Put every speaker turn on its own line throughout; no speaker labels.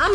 I'm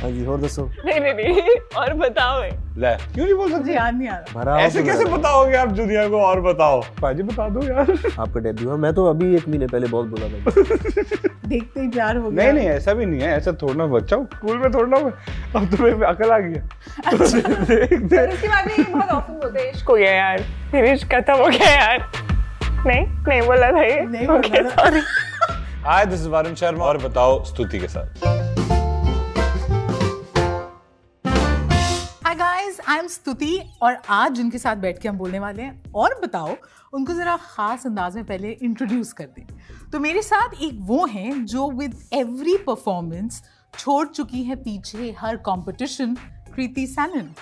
हाँ जी और दसो
नहीं नहीं नहीं और बताओ ये।
ले क्यों नहीं बोल सकते
ध्यान नहीं आ रहा
भरा
ऐसे कैसे बताओगे आप दुनिया को और बताओ
पाजी बता दो यार आपका डेब्यू है मैं तो अभी एक महीने पहले बहुत बोला था
देखते ही प्यार हो
नहीं नहीं ऐसा भी नहीं है ऐसा थोड़ा ना बच्चा स्कूल में थोड़ा ना अब तुम्हें अकल आ गया तो देख दे
उसके बाद में ये बहुत ऑफन बोलते हैं इश्क हो गया यार फिर इश्क खत्म हो गया यार नहीं नहीं बोला था ये ओके
मतलब-
sorry
hi this is Varun Sharma और बताओ स्तुति के साथ
hi guys I am Stuti और आज जिनके साथ बैठ के हम बोलने वाले हैं और बताओ उनको ज़रा ख़ास अंदाज में पहले इंट्रोड्यूस कर दें तो मेरे साथ एक वो हैं जो विद एवरी परफॉर्मेंस छोड़ चुकी है पीछे हर कंपटीशन कृति सैनन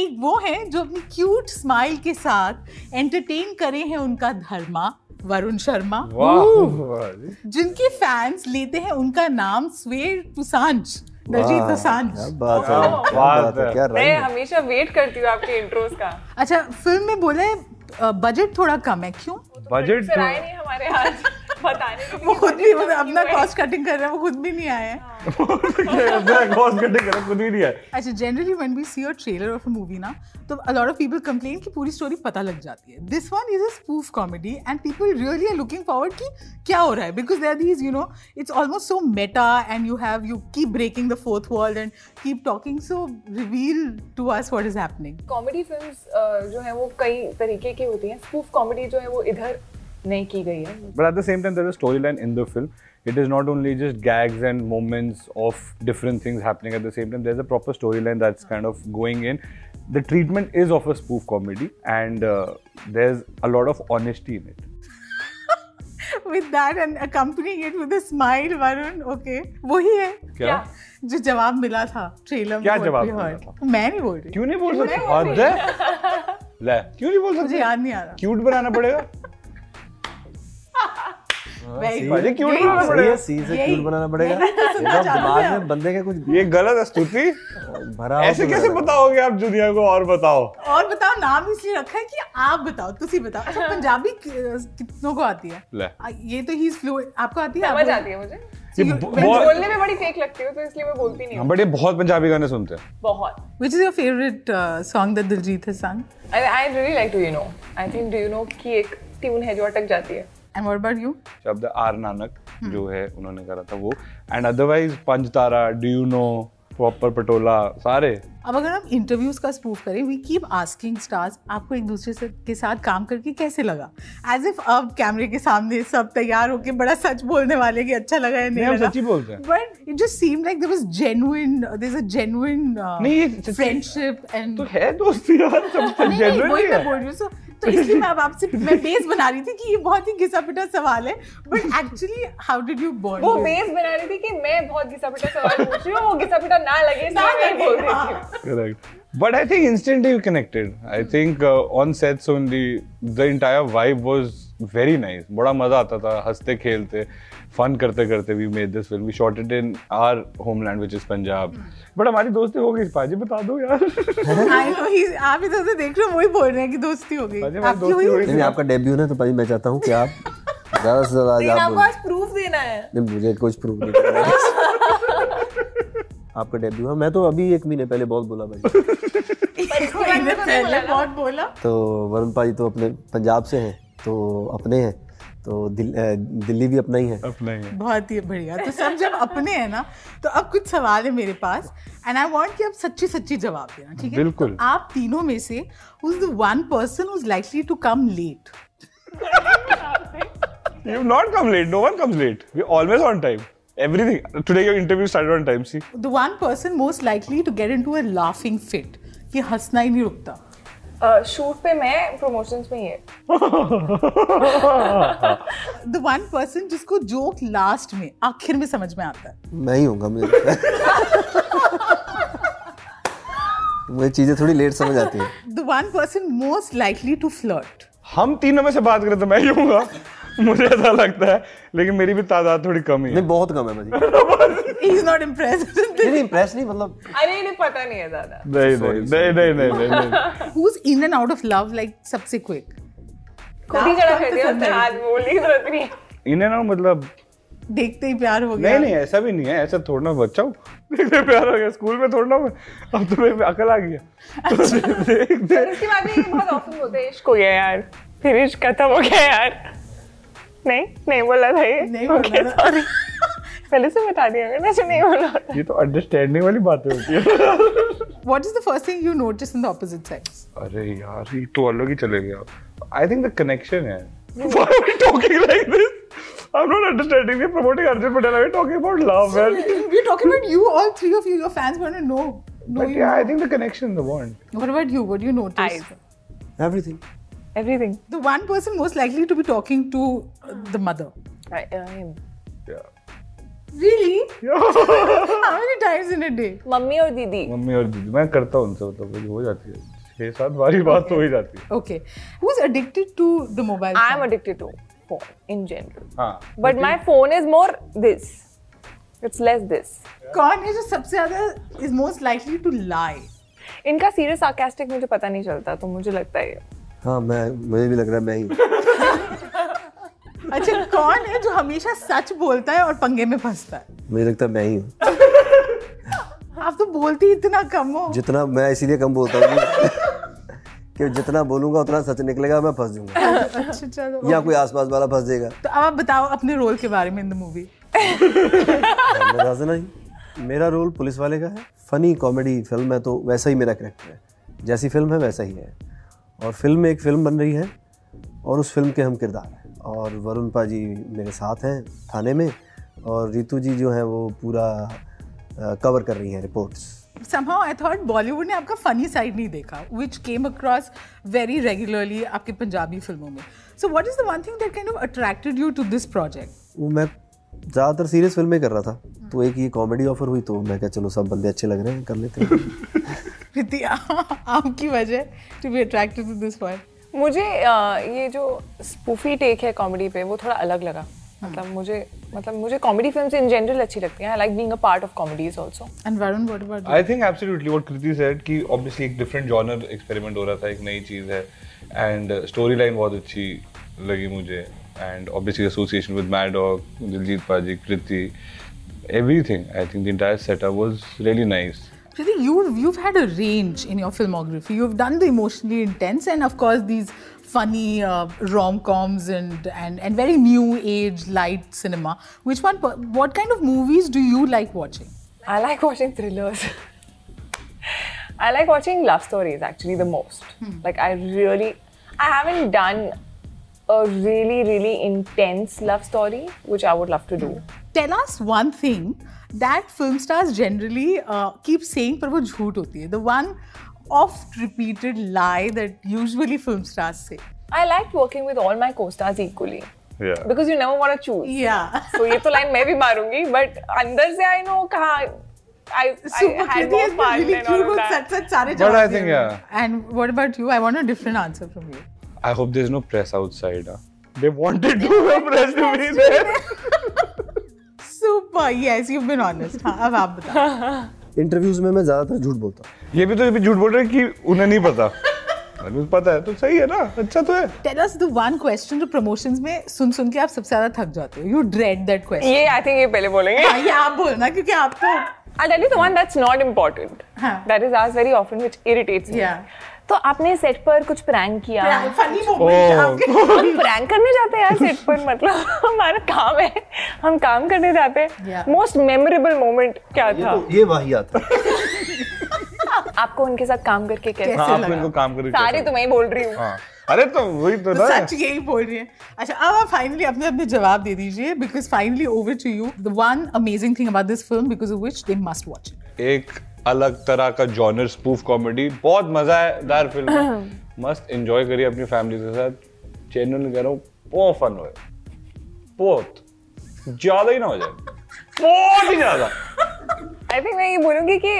एक वो हैं जो अपनी क्यूट स्माइल के साथ एंटरटेन करे हैं उनका धर्मा वरुण शर्मा
वाह
जिनके फैंस लेते हैं उनका नाम स्वेर टुसांझ दलजीत
क्या
दोसांझ
बात है क्या
बात
बात है
है।
क्या
मैं
राइम है।
हमेशा वेट करती हूँ आपके इंट्रोस का
अच्छा फिल्म में बोला है बजट थोड़ा कम है क्यों
बजट
तो फिर आए नहीं हमारे आज बताने को
वो
कि
खुद भी
budget
मतलब अपना
क्यों है।
कॉस्ट कटिंग कर रहा है वो खुद भी नहीं आया है
कॉस्ट कटिंग करा खुद भी नहीं है
अच्छा generally when we see a trailer of a movie ना तो a lot of people complain कि पूरी स्टोरी पता लग जाती है this one is a spoof comedy and people really are looking forward कि क्या हो रहा है because there these you no it's almost so meta and you have you keep breaking the fourth wall and keep talking so reveal to us what is happening
comedy films जो है वो कई तरीके की होती हैं स्पूफ कॉमेडी जो है वो इधर नहीं की गई है
But at the same time, there's a storyline in the film. It is not only just gags and moments of different things happening at the same time. There's a proper storyline that's kind of going in. The treatment is of a spoof comedy, and uh, there's a lot of honesty in it.
with that and accompanying it with a smile varun okay वही है
क्या
जो जवाब मिला था trailer में
क्या
what
जवाब
we
मिला
heard.
था?
मैं नहीं बोल रही
क्यों नहीं बोल सकते हद है ले क्यों नहीं बोल
मुझे
सकते
याद नहीं आ रहा
क्यूट बनाना पड़ेगा
Very
भाई,
good.
ये क्यूट
यही
बनाना
सही है
पड़ेगा
सी से
यही।
क्यूट बनाना पड़ेगा
मैं तो सुनना
एकदम दिमाग
चाहती
में बंदे का कुछ
ये गलत है स्तुति
भरा हुआ
ऐसे
तो
कैसे
लग रहा है।
बताओगे आप दुनिया को और बताओ
और बताओ नाम इसलिए रखा है कि आप बताओ तुसी बताओ अच्छा पंजाबी कि- कितनों को आती है
ले
आ, ये तो ही फ्लूएंट आपको आती है
समझ
आपको-
आती है मुझे
ये
मैं
बहुत
बोलने में बड़ी फेक लगती हूँ तो इसलिए मैं बोलती नहीं
हाँ,
हूँ
but ये बहुत पंजाबी गाने सुनते हैं
बहुत
Which is your favorite uh, song that Diljit has sung?
I I really like do you know I think do you know की एक ट्यून है जो अटक जाती है
And what about you?
शब्द आर नानक
हम्म।
जो है उन्होंने करा था वो and otherwise Panj Tara do you know proper Patola सारे
अब अगर हम इंटरव्यूज का स्पूफ करें वी कीप आस्किंग स्टार्स आपको एक दूसरे से के साथ काम करके कैसे लगा एज इफ अब कैमरे के सामने सब तैयार होके बड़ा सच बोलने वाले कि अच्छा लगा या
नहीं,
नहीं
हम
लगा
सच ही बोलते हैं।
But it just seem like there was genuine there is a genuine
नहीं, ये सच्ची-
फ्रेंडशिप एंड
तो है दोस्त यार सब
नहीं नहीं, वही
जनरली
मैं
है
बोल रही हूँ So, तो इसलिए मैं अब आपसे मैं बेस बना रही थी कि ये बहुत ही घिसा पिटा सवाल है but actually how did you bond
वो बेस बना रही थी कि मैं बहुत घिसा पिटा सवाल पूछ रही हूँ वो घिसा पिटा ना लगे हाँ। इसलिए मैं बोल रही थी
Correct. But I think instantly we connected. I think uh, on sets only the entire vibe was very nice. बड़ा मजा आता था हंसते खेलते फन करते करते we made this film we shot it in our homeland which is Punjab
hmm.
But हमारी दोस्ती हो गई पाजी बता दो यार
आई नो ही आप इधर से देख रहे हो वही बोल रहे हैं कि दोस्ती हो गई
पाजी हमारी
आपकी
दोस्ती
हुई
हो गई
नहीं नहीं, आपका डेब्यू ना तो भाई मैं चाहता हूँ कि आप ज्यादा से ज्यादा आज
लेकिन
आप
आपको
बोलें।
आज प्रूफ देना है
नहीं मुझे कुछ प्रूफ नहीं करना है। आपका डेब्यू है मैं तो अभी एक महीने पहले बहुत बोला भाई
एक महीने पहले बहुत बोला
तो वरुण पाजी तो अपने पंजाब से हैं तो अपने हैं तो दिल- अ, दिल्ली भी अपना ही है
अपना ही है।
बहुत ही बढ़िया तो सब जब अपने हैं ना तो अब कुछ सवाल है मेरे पास एंड आई वांट कि आप सच्ची सच्ची जवाब देना ठीक है
बिल्कुल।
तो आप तीनों में से who is the one person who is likely to come late
You've not come late. No one comes late. We're always on time. Everything. Today your interview started on time. See,
The one person most likely to get into a laughing fit. कि हंसना ही नहीं रुकता
shoot पे मैं promotions में ही है
द वन पर्सन जिसको जोक लास्ट में आखिर में समझ में आता है
मैं ही होऊंगा मुझे लगता है। मुझे चीजें थोड़ी लेट समझ आती हैं
the one person most likely to flirt.
हम तीनों में से बात करें तो मैं ही हूँगा मुझे ऐसा लगता है लेकिन मेरी भी तादाद थोड़ी कम ही है
नहीं बहुत कम है भाजी नहीं
He's not impressed.
नहीं इम्प्रेस नहीं मतलब
अरे इन्हें पता नहीं है ज्यादा
नहीं नहीं नहीं नहीं नहीं नहीं, नहीं
Who's in and out of love like सबसे quick?
खुद ही
तो
खड़ा कर दिया होता है आज बोलने की जरूरत नहीं है।
इन्हें ना मतलब
देखते ही प्यार हो गया
नहीं नहीं ऐसा भी नहीं है ऐसा थोड़ा ना बच्चा हूँ देखते प्यार हो गया स्कूल में थोड़ा ना हुआ। अब तो मेरे में अकल आ गया तो देखते
इसके बाद में ये बहुत ऑफन बोलते हैं इश्क हो गया यार फिर इश्क खत्म हो गया यार नहीं नहीं बोला था ये
नहीं बोला
Okay,
था।
sorry. पहले से बता दिया मैंने ऐसे नहीं बोला होता।
ये तो अंडरस्टैंडिंग वाली बातें होती है
What is the first thing you notice in the opposite sex?
अरे यार ये तो अलग ही चले गया आई थिंक द कनेक्शन है Why are we talking like this? I'm not understanding. We're promoting Arjun Patel. We're talking about love, man.
We're talking about you, all three of you. Your fans want to know. know
But
you.
yeah, I think the connection, the bond.
What about you? What do you notice?
Eyes.
Everything
Everything.
The one person most likely to be talking to uh, the mother.
I, uh, him.
Yeah.
Really?
Yeah.
How many times in a day?
Mummy और दीदी
mummy और दीदी मैं करता हूँ उनसे मतलब मेरी हो जाती है छह सात बार ही बात हो ही जाती है
Okay. Who's addicted to the mobile?
I am
phone?
Addicted to phone in general
हाँ
but my phone is more this it's less this
कौन है जो सबसे ज्यादा is most likely to lie?
इनका सीरियस सार्केस्टिक मुझे पता नहीं चलता तो मुझे लगता है ये
हाँ मैं मुझे भी लग रहा है मैं ही हूँ।
अच्छा कौन है जो हमेशा सच बोलता है और पंगे में फंसता है
मुझे लगता है मैं ही हूँ
आप तो बोलती ही इतना कम हो
जितना मैं इसीलिए कम बोलता हूँ कि- कि जितना बोलूंगा उतना सच निकलेगा मैं फंस जाऊंगा
अच्छा चलो
या कोई आसपास वाला फंस जाएगा
तो अब आप बताओ अपने रोल के बारे में इन द मूवी
मैं बता देना ही मेरा रोल पुलिस वाले का है फनी कॉमेडी फिल्म है तो वैसा ही मेरा करेक्टर है जैसी फिल्म है वैसा ही है और फिल्म में एक फिल्म बन रही है और उस फिल्म के हम किरदार हैं और वरुण पाजी मेरे साथ हैं थाने में और रितु जी जो हैं वो पूरा कवर कर रही हैं reports
somehow I thought Bollywood ने आपका फनी साइड नहीं देखा which came across very regularly आपके पंजाबी फिल्मों में so what is the one thing that kind of attracted you to this project
वो मैं ज़्यादातर सीरियस फिल्में कर रहा था तो एक ये कॉमेडी ऑफर हुई तो मैं क्या चलो सब बंदे अच्छे लग रहे हैं कर लेते हैं
प्रीति आपकी वजह to be attracted to this one
मुझे अ, ये जो स्पूफी टेक है कॉमेडी पे वो थोड़ा अलग लगा मतलब मुझे मतलब मुझे कॉमेडी फिल्म इन जनरल अच्छी लगती हैं I like being a part of comedies also
and Varun what about
I think absolutely what Kriti said कि ऑब्वियसली एक डिफरेंट जॉनर एक्सपेरिमेंट हो रहा था एक नई चीज़ है एंड स्टोरी लाइन बहुत अच्छी लगी मुझे and obviously association with Maddock Diljit paaji Kriti everything I think the entire setup was really nice
Priti, you you've had a range in your filmography. You've done the emotionally intense, and of course these funny uh, rom-coms and, and and very new age light cinema. Which one? per- What kind of movies do you like watching?
I like watching thrillers I like watching love stories actually the most like I really I haven't done a really really intense love story which I would love to do
Tell us one thing that film stars generally uh, keep saying, पर वो झूठ होती है. The one oft-repeated lie that usually film stars say.
I like working with all my co-stars equally
Yeah.
Because you never want to choose
Yeah.
तो ये तो line मैं भी मारूंगी बट अंदर से आई नो कहा I,
Super
I had
Kriti
more
has
fun
been really
and all
cute
of
with
that.
such such सारे
But I
जवाब दिए
think,
उन्होंने.
yeah.
And what about you? I want a different answer from you.
I hope there's no press outside. Huh? They wanted to have press to be there.
Super yes you been honest हाँ अब आप बताओ
interviews में मैं ज़्यादातर झूठ बोलता हूँ
ये भी तो ये भी झूठ बोल रहे हैं कि उन्हें नहीं पता अरे पता है तो सही है ना अच्छा तो है
tell us the one question जो प्रमोशंस में सुन सुन के आप सबसे ज्यादा थक जाते हो यू ड्रेड दैट क्वेश्चन
ये आई थिंक ये पहले बोलेंगे
हाँ, ये आप बोलना क्योंकि आपको
I tell you the one that's not important
हाँ.
That is asked very often which irritates me
Yeah.
तो आपने सेट पर कुछ प्रैंक किया
फनी मोमेंट
Oh.
आपके
हम प्रैंक करने जाते हैं यार सेट पर मतलब हमारा काम है हम काम करने जाते हैं
Yeah. तो-
मोस्ट मेमोरेबल मोमेंट क्या था
ये वाहियात है
आपको उनके साथ काम करके कैसे
हाँ
कैसे
आपको
लगा?
इनको काम करके
सारे
कैसा-
तो मैं ही बोल रही हूँ
हाँ अरे तो वही तो ना
सच यही बोल रही है अच्छा अब आप फाइनली अपने अपने जवाब दे दीजिए because finally over to you the one amazing thing about this film because of which they must watch
एक अलग तरह का जॉनर स्पूफ कॉमेडी बहुत मजेदार फिल्म है मस्त एंजॉय करिए अपनी फैमिली के साथ चैनल कह रहा हूँ बहुत फन हो बहुत ज्यादा ही ना हो जाए बहुत ही ज्यादा
आई थिंक मैं ये बोलूंगी कि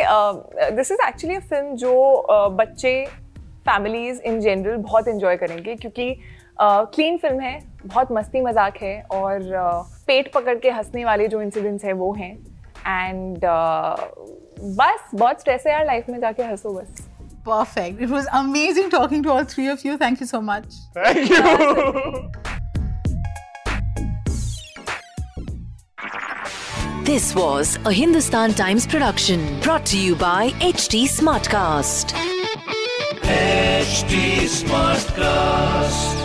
this is actually a film जो uh, बच्चे फैमिलीज इन जनरल बहुत इंजॉय करेंगे क्योंकि क्लीन फिल्म है बहुत मस्ती मजाक है और uh, पेट पकड़ के हंसने वाले जो इंसिडेंट्स हैं वो हैं एंड बस बहुत स्ट्रेस है यार लाइफ में जाके हंसो बस
perfect it was amazing talking to all three of you thank you so much
thank you
This was a Hindustan Times production brought to you by HT Smartcast.
HD Smartcast.